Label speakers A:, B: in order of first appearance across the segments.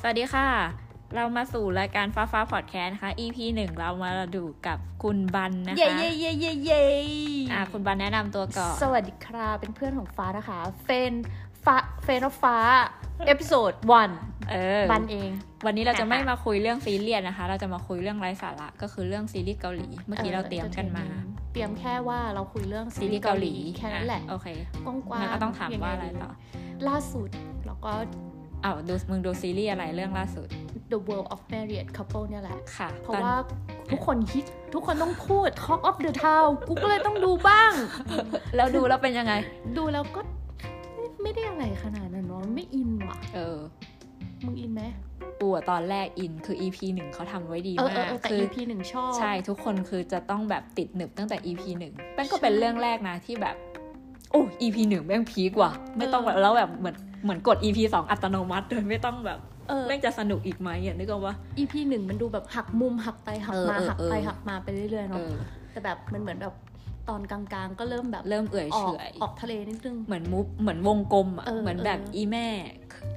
A: สวัสดีค่ะ เรามาสู่รายการฟ้าฟ้าพอดแคสต์นะคะ EP หนึ่งเรามาดูกับคุณบันนะคะ
B: เย่เย่เย่เย่เย่
A: อ่ะคุณบันแนะนำตัวก่อน
B: สวัสดีครับเป็นเพื่อนของฟ้านะคะ เฟนฟ้าเฟนอฟ้า เอพิโซด
A: เออ
B: 1บันเอง
A: วันนี้เราจะไม่
B: ค่ะ
A: มาคุยเรื่องซีเรียสนะคะ เราจะมาคุยเรื่องไร้สาระก็คือเรื่องซีรีส์เกาหลี เมื่อกี้เราเตรียมกันมา
B: เตรียมแค่ว่าเราคุยเรื่อง
A: ซีรีส์เกาหลี
B: แค่นั้นแหละ
A: อ่โอเค
B: กว้างกว้า
A: งั้นก็ต้องถามว่าอะไรต่อ
B: ล่าสุด แล้วก็
A: อ้าวดูมึงดูซีรีส์อะไรเรื่องล่าสุด
B: The World of Married Couple เนี่ยแหละ
A: ค่ะ
B: เพราะ
A: ตอน
B: ว่าทุกคนฮิตทุกคนต้องพูด Talk of the Town กูก็เลยต้องดูบ้าง
A: แล้วดูแล้วเป็นยังไง
B: ดูแล้วก็ไม่ไม่ได้อะไรขนาดนั้นเนาะไม่อินว่ะ
A: เออ
B: มึงอินไหม
A: ปูอะตอนแรกอินคือ EP หนึ่งเขาทำไว้ดี
B: เออ
A: มา
B: เออก เออแต่
A: คื
B: EP หนึ่งชอบ
A: ใช่ทุกคนคือจะต้องแบบติดหนึบตั้งแต่ EP หนึ่งแม่งก็เป็นเรื่องแรกนะที่แบบ โอ้ EP หนึ่งแม่งพีกว่า ไม่ต้องแบบแล้วแบบเหมือนเหมือนกด EP สองอัตโนมัติโดยไม่ต้องแบบ
B: เออ
A: แม่งจะสนุกอีกไหมอ่ะนึกออกว่า
B: EP หนึ่งมันดูแบบหักมุมหักไปหักมา
A: เออเออ
B: หักไป
A: เออ
B: หักมาไปเรื่อยๆ
A: เอ
B: เนาะ
A: อ
B: แต่แบบมันเหมือนแบบตอนกลางๆ ก็เริ่มแบบ
A: เริ่มเอื่อย
B: อ
A: เฉ
B: อก
A: อย
B: ออกทะเลนิดนึง
A: เหมือนมุฟเหมือนวงกลมอ่ะ
B: เออ
A: เหมือนแบบ
B: เออ
A: อีแม่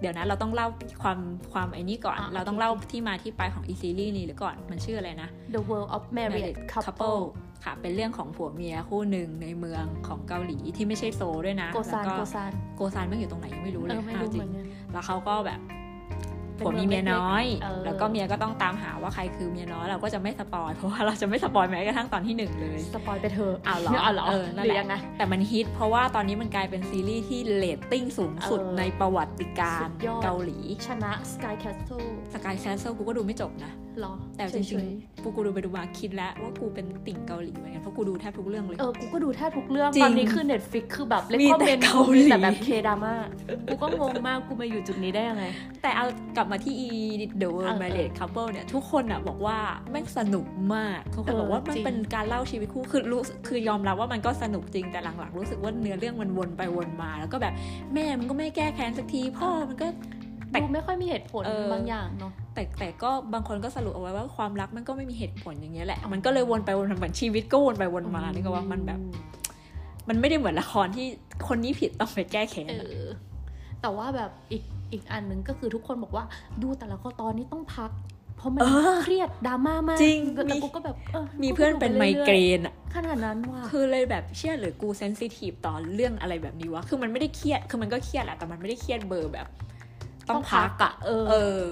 A: เดี๋ยวนะเราต้องเล่าความความไอ้นี่ก่อน
B: อ่ะ
A: เราต้อง
B: โอเค
A: เล่าที่มาที่ไปของอีซีรีส์นี้หรือก่อนมันชื่ออะไรนะ
B: The World of Married Couple
A: ค่ะ เป็นเรื่องของผัวเมียคู่หนึ่งในเมืองของเกาหลีที่ไม่ใช่โซลด้วยนะ
B: โกซาน
A: แล้ว
B: โก
A: ก็
B: ซาน
A: โกซานไม่อยู่ตรงไหนยังไม่รู้เล
B: เอย อไม่
A: เอา
B: รู้
A: จ
B: เห
A: ริ
B: มื
A: ง
B: อนกัน
A: แล้วเขาก็แบบ
B: เป็น
A: ผัวมีเมียน้อย
B: เมืองเล็กๆเออ
A: แล้วก็เมียก็ต้องตามหาว่าใครคือเมียน้อยเราก็จะไม่สปอย เพราะว่าเราจะไม่สปอยแม้กระทั่งตอนที่หนึ่งเลย
B: สปอยไปเธอะ
A: เอาเหรอ
B: เอาเหรอ
A: เออนั่น
B: ห
A: แห
B: รื
A: ละ
B: อยังไง
A: แต่มันฮิตเพราะว่าตอนนี้มันกลายเป็นซีรีส์ที่เรตติ้งสูงสุด
B: เออ
A: ในประวัติการ
B: สุดยอด
A: เกาหลี
B: ชนะ Sky Castle
A: สกายแซนเซอร์กูก็ดูไม่จบนะ
B: เหรอ
A: แต่จริง
B: เฉย
A: ๆพวกกูดูไปดูมาคิดแล้วว่ากูเป็นติ่งเกาหลีเหมือนกันเพราะกูดูแทบทุกเรื่องเลย
B: ๆเออกูก็ดูแทบทุกเรื่อง
A: จริง
B: ตอนนี้คือ Netflix คือแบบเลค
A: มี
B: คอม
A: แต่
B: เมนต์
A: เกาหลี
B: แต่แบบเคดาม่ากูก็งงมากกูมาอยู่จุดนี้ได้ยังไง
A: แต่เอากลับมาที่ e The
B: เอ
A: World
B: อ
A: Married Couple เนี่ย ทุกคนอ่ะบอกว่าแม่งสนุกมากทุกคน
B: เออ
A: บอกว่ามัน
B: จริง
A: เป็นการเล่าชีวิตคู่คือรู้สึกคือยอมรับว่ามันก็สนุกจริงแต่หลังๆ รู้สึกว่าเนื้อเรื่องมันวนไปวนมา แล้วก็แบบแม่มันก็ไม่แก้แค้นสักที พ่อมันก็ แต่
B: ดูไม่ค่อยมีเหตุผล
A: เออ
B: บางอย่างเนาะ
A: แต่แต่ก็บางคนก็สรุปเอาไว้ว่าความรักมันก็ไม่มีเหตุผลอย่างเงี้ยแหละ มันก็เลยวนไปวนมาเหมือนชีวิตก็วนไปวนมานี่ก็ว่ามันแบบมันไม่ได้เหมือนละครที่คนนี้ผิดต้องไปแก้แค้น
B: เออ แต่ว่าแบบอีกอีกอันหนึ่งก็คือทุกคนบอกว่าดูแต่ละข้อตอนนี้ต้องพัก เพราะมัน
A: เออ
B: เครียดดราม่ามาก
A: จริง
B: แล้ว
A: มี
B: กูก็แบบเออ
A: มีเพื่อนเป็นไมเกรนอะ
B: ขนาดนั้นว่ะ
A: คือเลยแบบเชื่อหรือกูเซนซิทีฟต่อเรื่องอะไรแบบนี้วะ คือมันไม่ได้เครียด คือมันก็เครียดแหละ แต่มันไม่ได้เครียดเบอร์แบบ ต้องพักอะ
B: เออ
A: เออ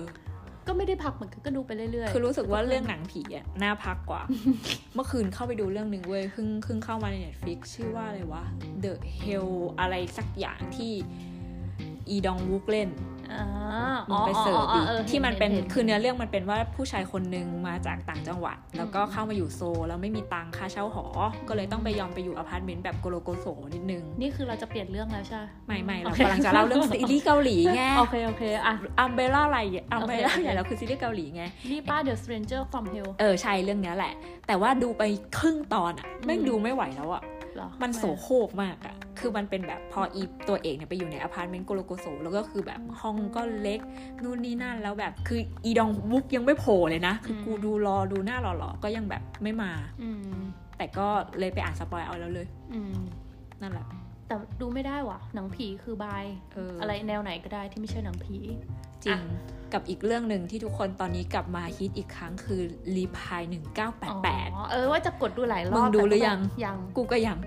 B: ก็ไม่ได้พักเหมือนกันก็ดูไปเรื่อยๆ
A: คือรู้สึกว่าเรื่องหนังผี อะน่าพักกว่า เมื่อคืนเข้าไปดูเรื่องหนึ่งเว้ยเพิ่งเพิ่งเข้ามาใน Netflix ชื่อว่าอะไรวะ The Hell อะไรสักอย่างที่อีดองวุกเล่น
B: อ่า
A: มึงไปเสิร์ชดิ
B: อออออออ
A: ที่มันเป็น
B: ห็ห็
A: คือเนื้อเรื่องมันเป็นว่าผู้ชายคนหนึ่งมาจากต่างจังหวัด แล้วก็เข้ามาอยู่โซลแล้วไม่มีตังค่าเช่าหอ ก็เลยต้องไปยอมไปอยู่อพาร์ตเมนต์แบบโกโลโกโซนิดนึง
B: นี่คือเราจะเปลี่ยนเรื่องแล้วใช่ไหม
A: ไม่ไม่เรา
B: โอค
A: กำลังจะเล่าเรื่องซี รีส์เกาหลีไง
B: โอเคโอเคอ่ะ
A: อัมเบล่าอะไรอัมเบล่า
B: โอเคโอเค
A: ใหญ่แล้วคือซีรีส์เกาหลีไง
B: นี่ป้า The Stranger from Hell
A: เออใช่เรื่องเนี้ยแหละ แต่ว่าดูไปครึ่งตอนอ่ะแม่งดูไม่ไหวแล้วอ่ะ
B: เหรอ
A: มันโสโครกมากอ่ะ คือมันเป็นแบบพออีตัวเอกเนี่ยไปอยู่ในอพาร์ตเมนต์โกโลโกโซ แล้วก็คือแบบห้องก็เล็ก นู่นนี่นั่นแล้วแบบ คืออีดองวุกยังไม่โผล่เลยนะ คือกูดูรอดูหน้ารอรอๆก็ยังแบบไม่มา
B: อืม
A: แต่ก็เลยไปอ่านสปอยเอาแล้วเลย
B: อืม
A: นั่นแหละ
B: แต่ดูไม่ได้ว่ะ หนังผีคือบาย
A: เอออ
B: อะไรแนวไหนก็ได้ที่ไม่ใช่หนังผี
A: จริง
B: อ่ะ
A: กับอีกเรื่องหนึ่งที่ทุกคนตอนนี้กลับมาฮิตอีกครั้งคือรีพาย1988
B: อ๋อเออว่าจะกดดูหลายรอบ
A: มึงดูหรือยัง
B: แต่ก็แบบยัง
A: กูก็ยัง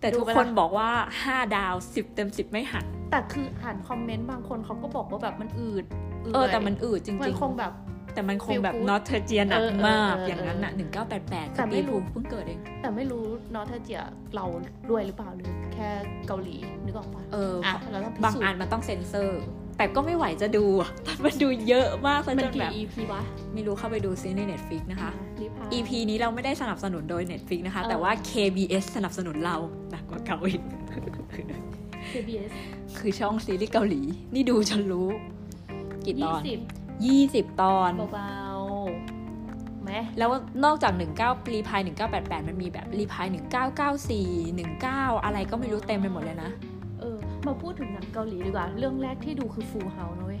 A: แต่
B: ดู
A: ทุก
B: ไป
A: ค
B: ละ
A: นบอกว่า 5 ดาว 10 เต็ม 10 ไม่หัก
B: แต่คืออ่านคอมเมนต์บางคนเขาก็บอกว่าแบบมันอืดย
A: เออ แต่มันอืดจริง
B: มันคงแบบ
A: ๆ แต่มันคงแบบ
B: feel good
A: นอเทเจียหนัก
B: เออเออ
A: มาก
B: เออ
A: อ
B: อย่าง
A: นั้นน่ะ 1988
B: แต่
A: คือ
B: ไม่
A: ปี
B: รู้
A: ผูเพิ่งเกิดเอง
B: แต่ไม่รู้เนอะถ้าเจียเราด้วยหรือเปล่าหรือแค่เกาหลีนึกออกปะ
A: เออ
B: อ่ะเราต้องพิ
A: บาง
B: สูจ
A: อัน
B: น์
A: มันต้องเซ็นเซอร์ แต่ก็ไม่ไหวจะดูอะ มันดูเยอะมากซะ
B: มั
A: จ
B: น
A: น
B: กี่
A: แบบ
B: EP วะ
A: ไม่รู้เข้าไปดูซิใน Netflix นะคะ
B: รีพาย
A: EP นี้เราไม่ได้สนับสนุนโดย Netflix นะคะ
B: เออ
A: แต่ว่า KBS สนับสนุนเราหนักกว่าเก่าอีก
B: KBS
A: คือช่องซีรีส์เกาหลี นี่ดูจนรู้ กี่ต
B: ยี่
A: อน
B: สิบ
A: 20 ตอน
B: เบาๆไหม
A: แล้วนอกจาก 19รีพาย1988 มันมีแบบรีพาย1994 19 อะไรก็ไม่รู้เต็มไปหมดเลยนะ
B: เออ มาพูดถึงหนังเกาหลีดีกว่า เรื่องแรกที่ดูคือ Full House นะเว้ย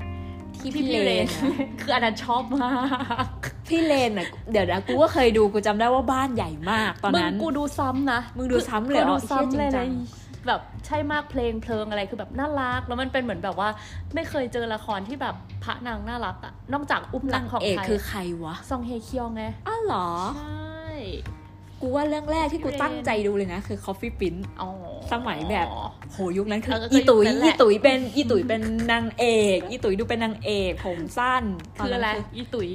A: ที่พี่เลนอะ
B: คืออัน นั้นชอบมาก
A: พี่เลนอ่ะ เดี๋ยวนะกูก็เคยดูกูจำได้ว่าบ้านใหญ่มากตอนนั้น
B: มึงกูดูซ้ำนะ
A: มึงดูซ้ำเลยเหรอ
B: กูดูซ้ำเลย
A: ไอ้เหี้ยจ
B: นะ
A: ริงจัง
B: แบบใช่มากเพลงเพลิงอะไรคือแบบน่ารัก แล้วมันเป็นเหมือนแบบว่า ไม่เคยเจอละครที่แบบพระนางน่ารักอะนอกจากอุ้มหลั
A: นาก ง
B: ของ
A: เอก
B: ไทย
A: คือใครวะ
B: ซองเฮเคียวไง
A: อ้าวเหรอ
B: ใช่
A: กูว่าเรื่องแรกที่กูตั้งใจดูเลยนะ คือ Coffee Prince
B: อ๋อ
A: สมัยแบบ โหยุคนั้นคือ
B: เออก็
A: อีตุ๋ย
B: ยุคนั้นแห
A: อี
B: ละ
A: ตุ๋ยเป็นอีตุ๋ยเป็นนางเอกอีตุ๋ยดูเป็นนางเอกผมสั้นตน
B: คือ
A: นั้น
B: อะไรอีตุ๋ย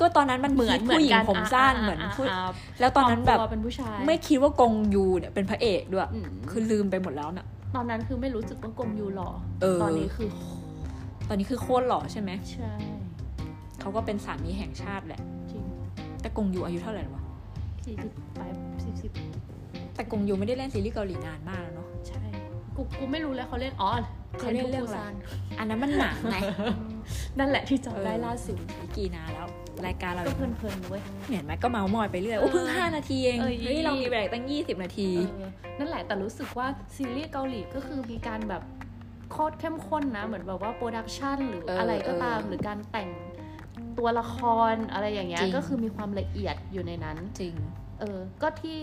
A: ก็ตอนนั้นมัน
B: เหมือน
A: ฮิต
B: เหมือน
A: ผู้หญิง
B: กัน
A: ผมสั้นเหมือนผู้แล้วตอนนั้นแบบ
B: ครครัวเป็นผู้ชาย
A: ไม่คิดว่ากงยูเนี่ยเป็นพระเอกด้วย
B: อืม
A: คือลืมไปหมดแล้วน่ะ
B: ตอนนั้นคือไม่รู้สึกว่ากลมยูหล่อ
A: เออ
B: ตอนนี้คือ
A: ตอนนี้คือโคตรหล่อใช่ไหม
B: ใช่
A: เขาก็เป็นสามีแห่งชาติแหละ
B: จริง
A: แต่กงยูอายุเท่าไหร่แล้ววะ
B: สี่สิบไปสี่สิบ
A: แต่กงยูไม่ได้เล่นซีรีส์เกาหลีนานมากแล้วเนาะ
B: ใช่ กู กูไม่รู้เลยเขาเล่น อ๋อ
A: เขาเล่นเรื่องอะไร อันนั้นมันหนัง ไง
B: นั่นแหละที่จำได้
A: เออ
B: ล่าสุด
A: อีกกี่นานแล้ว รายการเรา
B: ก็เพลินๆเว้ย
A: เห็นไหมก็เมาส์มอยไปเรื่อยโอ้เพิ่ง
B: เออ
A: ห้านาทีเอง
B: เออ
A: เฮ้ยเรามีเบรกตั้งยี่สิบนาที
B: เออนั่นแหละ แต่รู้สึกว่าซีรีส์เกาหลีก็คือมีการแบบโคตรเข้มข้นนะ เหมือนแบบว่าโปรดักชันหรือ
A: เอออ
B: อะไรก็ตาม
A: เออ
B: หรือการแต่งตัวละครอะไรอย่างเงี้ย
A: จริง
B: ก็คือมีความละเอียดอยู่ในนั้น
A: จริง
B: เออ ก็ที่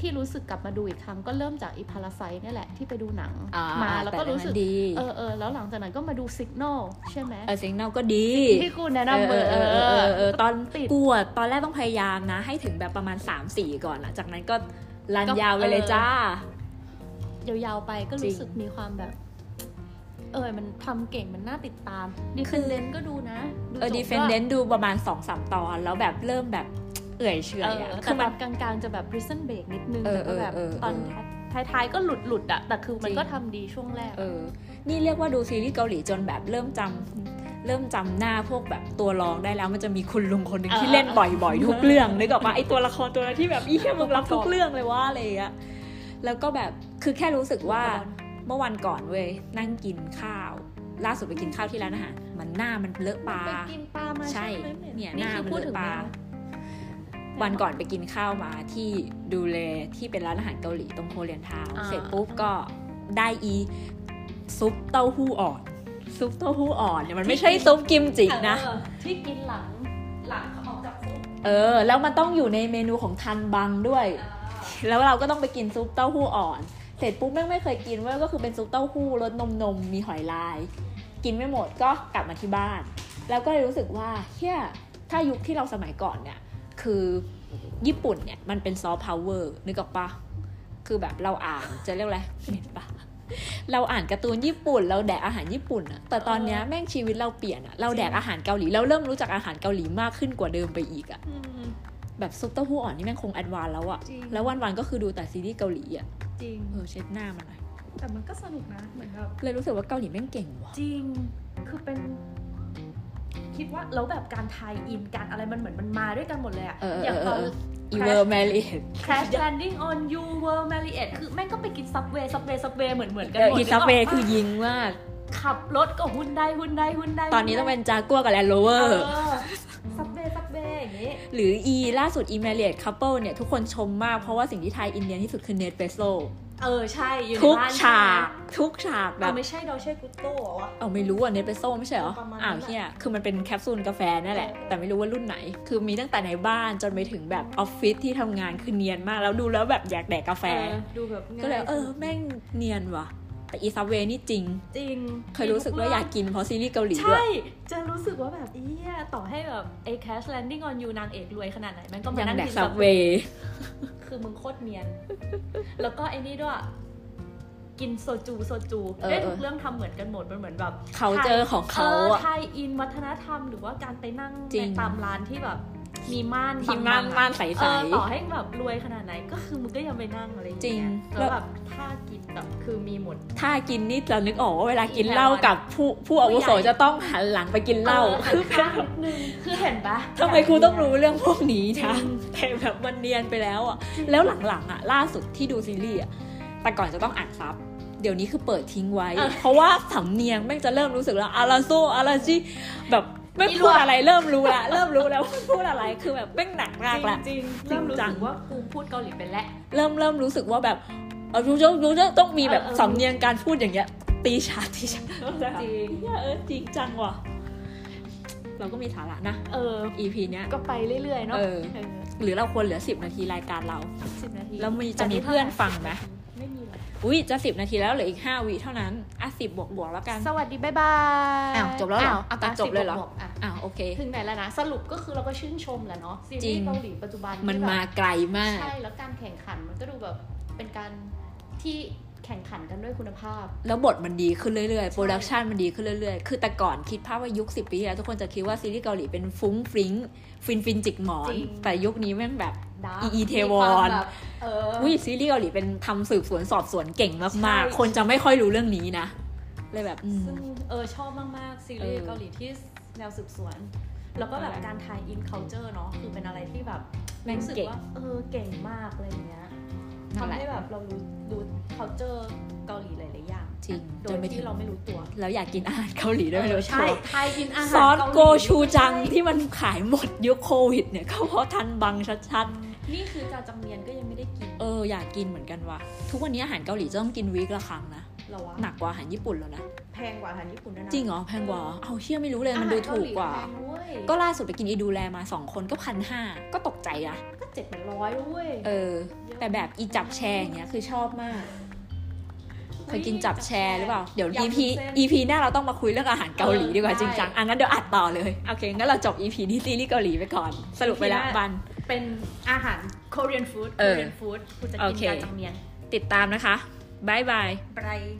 B: ที่รู้สึกกลับมาดูอีกครั้งก็เริ่มจากอีพาราไซเนี่ยแหละที่ไปดูหนัง
A: อ่
B: มาแล้วก็
A: ต่
B: รู้สึก
A: ดี
B: เออเออแล้วหลังจากนั้นก็มาดูสิกโนใช่ไหม
A: เออเสียงเราก็ดี
B: ที่กูแนะนำเบอร์
A: เออเออเออเออตอน
B: ติด
A: กลัวตอนแรกต้องพยายามนะ ให้ถึงแบบประมาณ 3 4 ก่อนหลังจากนั้นก็ลัน
B: ก็
A: ยาวไปเลย
B: เออ
A: จ้า
B: ยาวๆไปก็
A: จริ
B: รู้
A: ง
B: สึกมีความแบบ เออมันทำเก่งมันน่าติดตามดี
A: คื
B: เฟน
A: อ
B: เดนก็ดูนะ ดู
A: เออ
B: จ
A: ดี
B: บ
A: เฟ
B: ก็
A: นเดนดูประมาณ 2-3 ตอน แล้วแบบเริ่มแบบเอื่อยเฉ
B: เอ
A: อย
B: อ
A: อะคื
B: แต่
A: อ
B: ต
A: มั
B: อน นกลางๆจะแบบ prison break นิดนึง
A: เออ
B: แต่ก็แบบ
A: เออเออ
B: ตอน
A: เอ
B: ท้ายๆก็หลุดๆอะแต่คือมัน
A: จริง
B: ก็ทำดีช่วงแรก
A: เออ นี่เรียกว่าดูซีรีส์เกาหลีจนแบบเริ่มจำเริ่มจำหน้าพวกแบบตัวรองได้แล้วมันจะมีคุณลุงคนหนึ่ง
B: เออ
A: ที่เล่น
B: เออ
A: บ่อยๆ ทุกเรื่องนึกออกปะไอตัวละครตัวนั้นที่แบบอีเหี้ยมึงรับทุกเรื่องเลยว่าอะไรอย่างเงี้ยแล้วก็แบบคือแค่รู้สึกว่าเมื่อวันก่อนเว้ยนั่งกินข้าว ล่าสุดไปกินข้าวที่ร้านอาหารมันหน้ามันเลอะปลา
B: ไปกินปลามา
A: ใช่
B: ใช่ไหม
A: เนี่ยห
B: นี่
A: น้า
B: คือ
A: มัน
B: พูด
A: เล
B: ถึ
A: อะ
B: ง
A: ปลา
B: นะ
A: วันก่อนไปกินข้าวมาที่ดูเลที่เป็นร้านอาหารเกาหลีตรงโคเรียนทาวน์
B: อ่า
A: เสร็จปุ๊บก็ได้อีซุปเต้าหู้อ่อน ซุปเต้าหู้อ่อนเนี่ยมันไม่ใช่ซุปกิมจินะ
B: เออที่กินหลังหลังออกจากคุก
A: เออ แล้วมันต้องอยู่ในเมนูของทันบังด้วย
B: อ่า
A: แล้วเราก็ต้องไปกินซุปเต้าหู้อ่อน เสร็จปุ๊บแม่งไม่เคยกินเว้ยก็คือเป็นซุปเต้าหู้รสนมนมๆมีหอยลาย กินไม่หมดก็กลับมาที่บ้าน แล้วก็เลยรู้สึกว่าเฮียถ้ายุคที่เราสมัยก่อนเนี่ย คือญี่ปุ่นเนี่ยมันเป็นซอฟต์พาวเวอร์นึกออกปะคือแบบเราอ่านจะเรียกอะไรเหม็นปะเราอ่านการ์ตูนญี่ปุ่น เราแดกอาหารญี่ปุ่นอะแต่ตอนเนี้ยแม่งชีวิตเราเปลี่ยนอะเราแดกอาหารเกาหลีเราเริ่มรู้จักอาหารเกาหลีมากขึ้นกว่าเดิมไปอีกอะ แบบซุปเต้าหู้อ่อนนี่แม่งคงแอดวานซ์แล้วอะ
B: จริง
A: แล้ววันๆก็คือดูแต่ซีรีส์เกาหลีอะ
B: จริง
A: เออเช็ดหน้ามันหน่อย
B: แต่มันก็สนุกนะเหมือนแบบ
A: เลยรู้สึกว่าเกาหลีแม่งเก่งว่ะ
B: จริง คือเป็น คิดว่าแล้วแบบการทายอินการอะไรมันเหมือนมันมาด้วยกันหมดเลยอะ
A: เออเออ
B: อย่างตอน
A: เออ อีเวอร์แมรี่
B: Crash Landing on You Were Married คือแม่งก็ไปกินซับเวย์ซับเวย์ซับเวย์เหมือนเหมือนกันหมด
A: อีซับเวย์
B: นึกกปะ
A: คือยิงมาก
B: ขับรถก็หุ่นได้หุ่นได้หุ่นได้
A: ตอนนี้ต้องเป็นจากัวกับแลนด์โรเวอร์
B: ซับเวย์ซับเวย์อย่างงี้
A: หรืออีล่าสุดอีเมเลียตคัพเปิลเนี่ย ทุกคนชมมากเพราะว่าสิ่งที่ไทยอินเดียนที่สุดคือเนทเปโซ
B: เออใช่อยู่ใน
A: ทุก
B: บ้น
A: ฉาก ทุกฉากแบ
B: เรา
A: บ
B: ไม่ใช่เราใช่กุตโต้เหรอวะ
A: เอาไม่รู้อ่ะเนสเปรสโซ่ไม่ใช่เหรอ
B: ประมาณนั้น
A: อ้าวเฮียคือมันเป็นแคปซูลกาแฟนั่นแหละ
B: เออ
A: แต่ไม่รู้ว่ารุ่นไหน คือมีตั้งแต่ในบ้านจนไปถึงแบบออฟฟิศที่ทำงานคือเนียนมาก แล้วดูแล้วแบบอยากแดกกาแฟ
B: เออดูแบบง่า
A: ก็เลยเออแม่งเนียนว่ะ แต่อีซับเวย์นี่จริง
B: จริง
A: เคยรู้สึกว่าอยากกินเพราะซีรีส์เกาหลีด้ว
B: ใช่
A: ย
B: จะรู้สึกว่าแบบเอี้ยต่อให้แบบไอ้ Crash Landing on You นางเอกรวยขนาดไหน มันก็มา
A: ยัง
B: นั่ง
A: แดก
B: กิน
A: ซั
B: ซั
A: บบ เว
B: เวย์
A: ย์
B: คือมึงโคตรเนี ยน แล้วก็ไอ้นี่ด้วย กินโซจูโซจู
A: เออ
B: ได้ทุกเรื่องทำเหมือนกันหมด มันเหมือนแบบ
A: เขาเจอของเขา
B: อ
A: อ่ะ
B: ไทยอินวัฒนธรรมหรือว่าการไปนั่ง
A: จริง
B: ในตามร้านที่แบบ มีม่าน
A: ทีมม่าน
B: บังๆอะ
A: ม่านใส
B: เออต่อให้แบบรวยขนาดไหน ก็คือมึงก็ยังไปนั่งอะไรอย่างเงี้ย
A: จริง
B: แล้วแบบท่ากินแบบคือมีหมด
A: ๆ ถ้ากินนี่จะนึกออกว่าเวลากินเหล้ากับผู้ผู้อาวุโส
B: ผู้ใหญ่
A: จะต้องหันหลังไปกินเหล้า
B: หัน
A: คือ
B: ข้างนิด นึงคือเห็นปะ
A: ทำไมครูต้องรู้เรื่องพวกนี้
B: จริ
A: นะ
B: ง
A: แต่แบบมันเนียนไปแล้วอ่ะ แล้วหลังๆอ่ะล่าสุดที่ดูซีรีส์อ่ะแต่ก่อนจะต้องอ่านซับเดี๋ยวนี้คือเปิดทิ้งไว้
B: เออ
A: เพราะว่าสำเนียงแม่งจะเริ่มรู้สึกแล้วอาราโซอาราจิแบบไม่งพูดอะไรเริ่มรู้ละเริ่มรู้แล้วว่าพูดอะไรคือแบบแม่งหนักมากละ
B: จริงๆ
A: จริงจัง
B: เริ่มรู้สึกว่ากูพูดเกาหลีไปแล้ว
A: เริ่มเริ่มรู้สึกว่าแบบเออรู้จะรู้จะต้องมีแบบ
B: เออเออ
A: สำเนียงการพูดอย่างเงี้ย ตีชาตีชา
B: จริง
A: เหี้ยเออจริงจังว่ะเราก็มีสาระนะ
B: เออ
A: EP เนี้ย
B: ก็ไปเรื่อยๆเนาะ
A: เออ หรือเราควรเหลือ 10 นาทีรายการเรา
B: สิบนาที
A: แล้วมีจะมีเพื่อนฟังไหม
B: ไม่มีหรอก
A: อุ้ยจะสิบนาทีแล้วเหลืออีกห้าวิเท่านั้นอ่ะสิบบวกบวกๆแล้วกัน
B: สวัสดี บ๊ายบาย
A: อ้าวจบแล้วเหรออ้าวตัด
B: ะ
A: จบเลยเหรอ
B: สิกๆะ
A: อ่ะโอเค
B: ถึงไหนแล้วนะ สรุปก็คือเราก็ชื่นชมแหละเนาะซี
A: จริ
B: รี
A: ง
B: ส์เกาหลีปัจจุบัน
A: มัน
B: ที่แบบ
A: มาไกลมาก
B: ใช่ แล้วการแข่งขันมันก็ดูแบบเป็นการที่แข่งขันกันด้วยคุณภาพ
A: แล้วบทมันดีขึ้นเรื่อยๆ โปรดักชันมันดีขึ้นเรื่อยๆ คือแต่ก่อนคิดภาพว่ายุค 10 ปีที่แล้ว ทุกคนจะคิดว่าซีรีส์เกาหลีเป็นฟุ้งฟริ้งฟินฟินจิกหมอน
B: จริง
A: แต่ยุคนี้แม่งแบบ
B: Dark
A: อีอีเทวอน
B: มีความแบบเอออ
A: วิซีรีส์เกาหลีเป็นทำสืบสวนสอบสวนเก่งมาก
B: ใช่
A: ๆ คนจะไม่ค่อยรู้เรื่องนี้นะ เลยแบบอืม
B: ซึ่งเออชอบมาก ๆ ซีรีส์เกาหลีที่แนวสืบสวน แล้วก็แบบการทายอินเคาเจอร์เนาะคือเป็นอะไรที่แบบ
A: แม่ง
B: รู้สึก
A: เก่ง
B: ว่าเออเก่งมากอะไรอย่างเงี้ย
A: นั่นแห
B: ทำ
A: ละ
B: ให้แบบเรารู้รู้เคาเจอร์เกาหลีหลาย ๆ อย่าง
A: จริง
B: โด
A: จ
B: ย
A: นไปถึ
B: ที่
A: ง
B: เราไม่รู้ตัว
A: แล้วอยากกินอาหารเกาหลีด้วยไม่รู้
B: ใช่
A: ตัว
B: ทายอินอาหาร
A: ซอส
B: เาหลี
A: โกชูจังที่มันขายหมดยุคโควิดเนี่ยก็เพราะทันบังชัด
B: นี่คือจาจังเมียนก็ยังไม่ได้กิน
A: ๆ เอออยากกินเหมือนกันว่ะ ทุกวันนี้อาหารเกาหลีจะต้องกินวีคละครั้งนะ
B: เหรอวะ
A: หนักกว่าอาหารญี่ปุ่นแล้วนะ
B: แพงกว่าอาหารญี่ปุ่นด้วยนะ
A: จริงเหรอแพงกว่าเหรอเอาเชี่ยไม่รู้เลยมันดู
B: อหร
A: ถูกกว่า
B: เลีแพงเว้ย
A: ก็ล่าสุดไปกินอีดูแลมาสองคนก็พันห้าก็ตกใจนะ
B: ก็เจ็ดแปดร้อยเว้ย
A: เออ แต่แบบอีจับแชร์อย่างเงี้ยคือชอบมาก เคยกินจับแชร์หรือเปล่า เดี๋ยว
B: ำวุ้น
A: EP
B: ส้น
A: EP หน้าเราต้องมาคุยเรื่องอาหารเกาหลีดีกว่า
B: เออ
A: จริงจังอันนั้นเดี๋ยวอัดต่อเลย โอเค งั้นเราจบ EP ที่ซีรีส์เกาหลีไปก่อน สรุปไปแล้ว
B: EP หน้า
A: บัน
B: เป็นอาหาร Korean food
A: เออ
B: Korean food คุณจะกิน
A: โอเค
B: จาจังเมียน
A: ติดตามนะคะ บ๊ายบาย
B: ไบรท์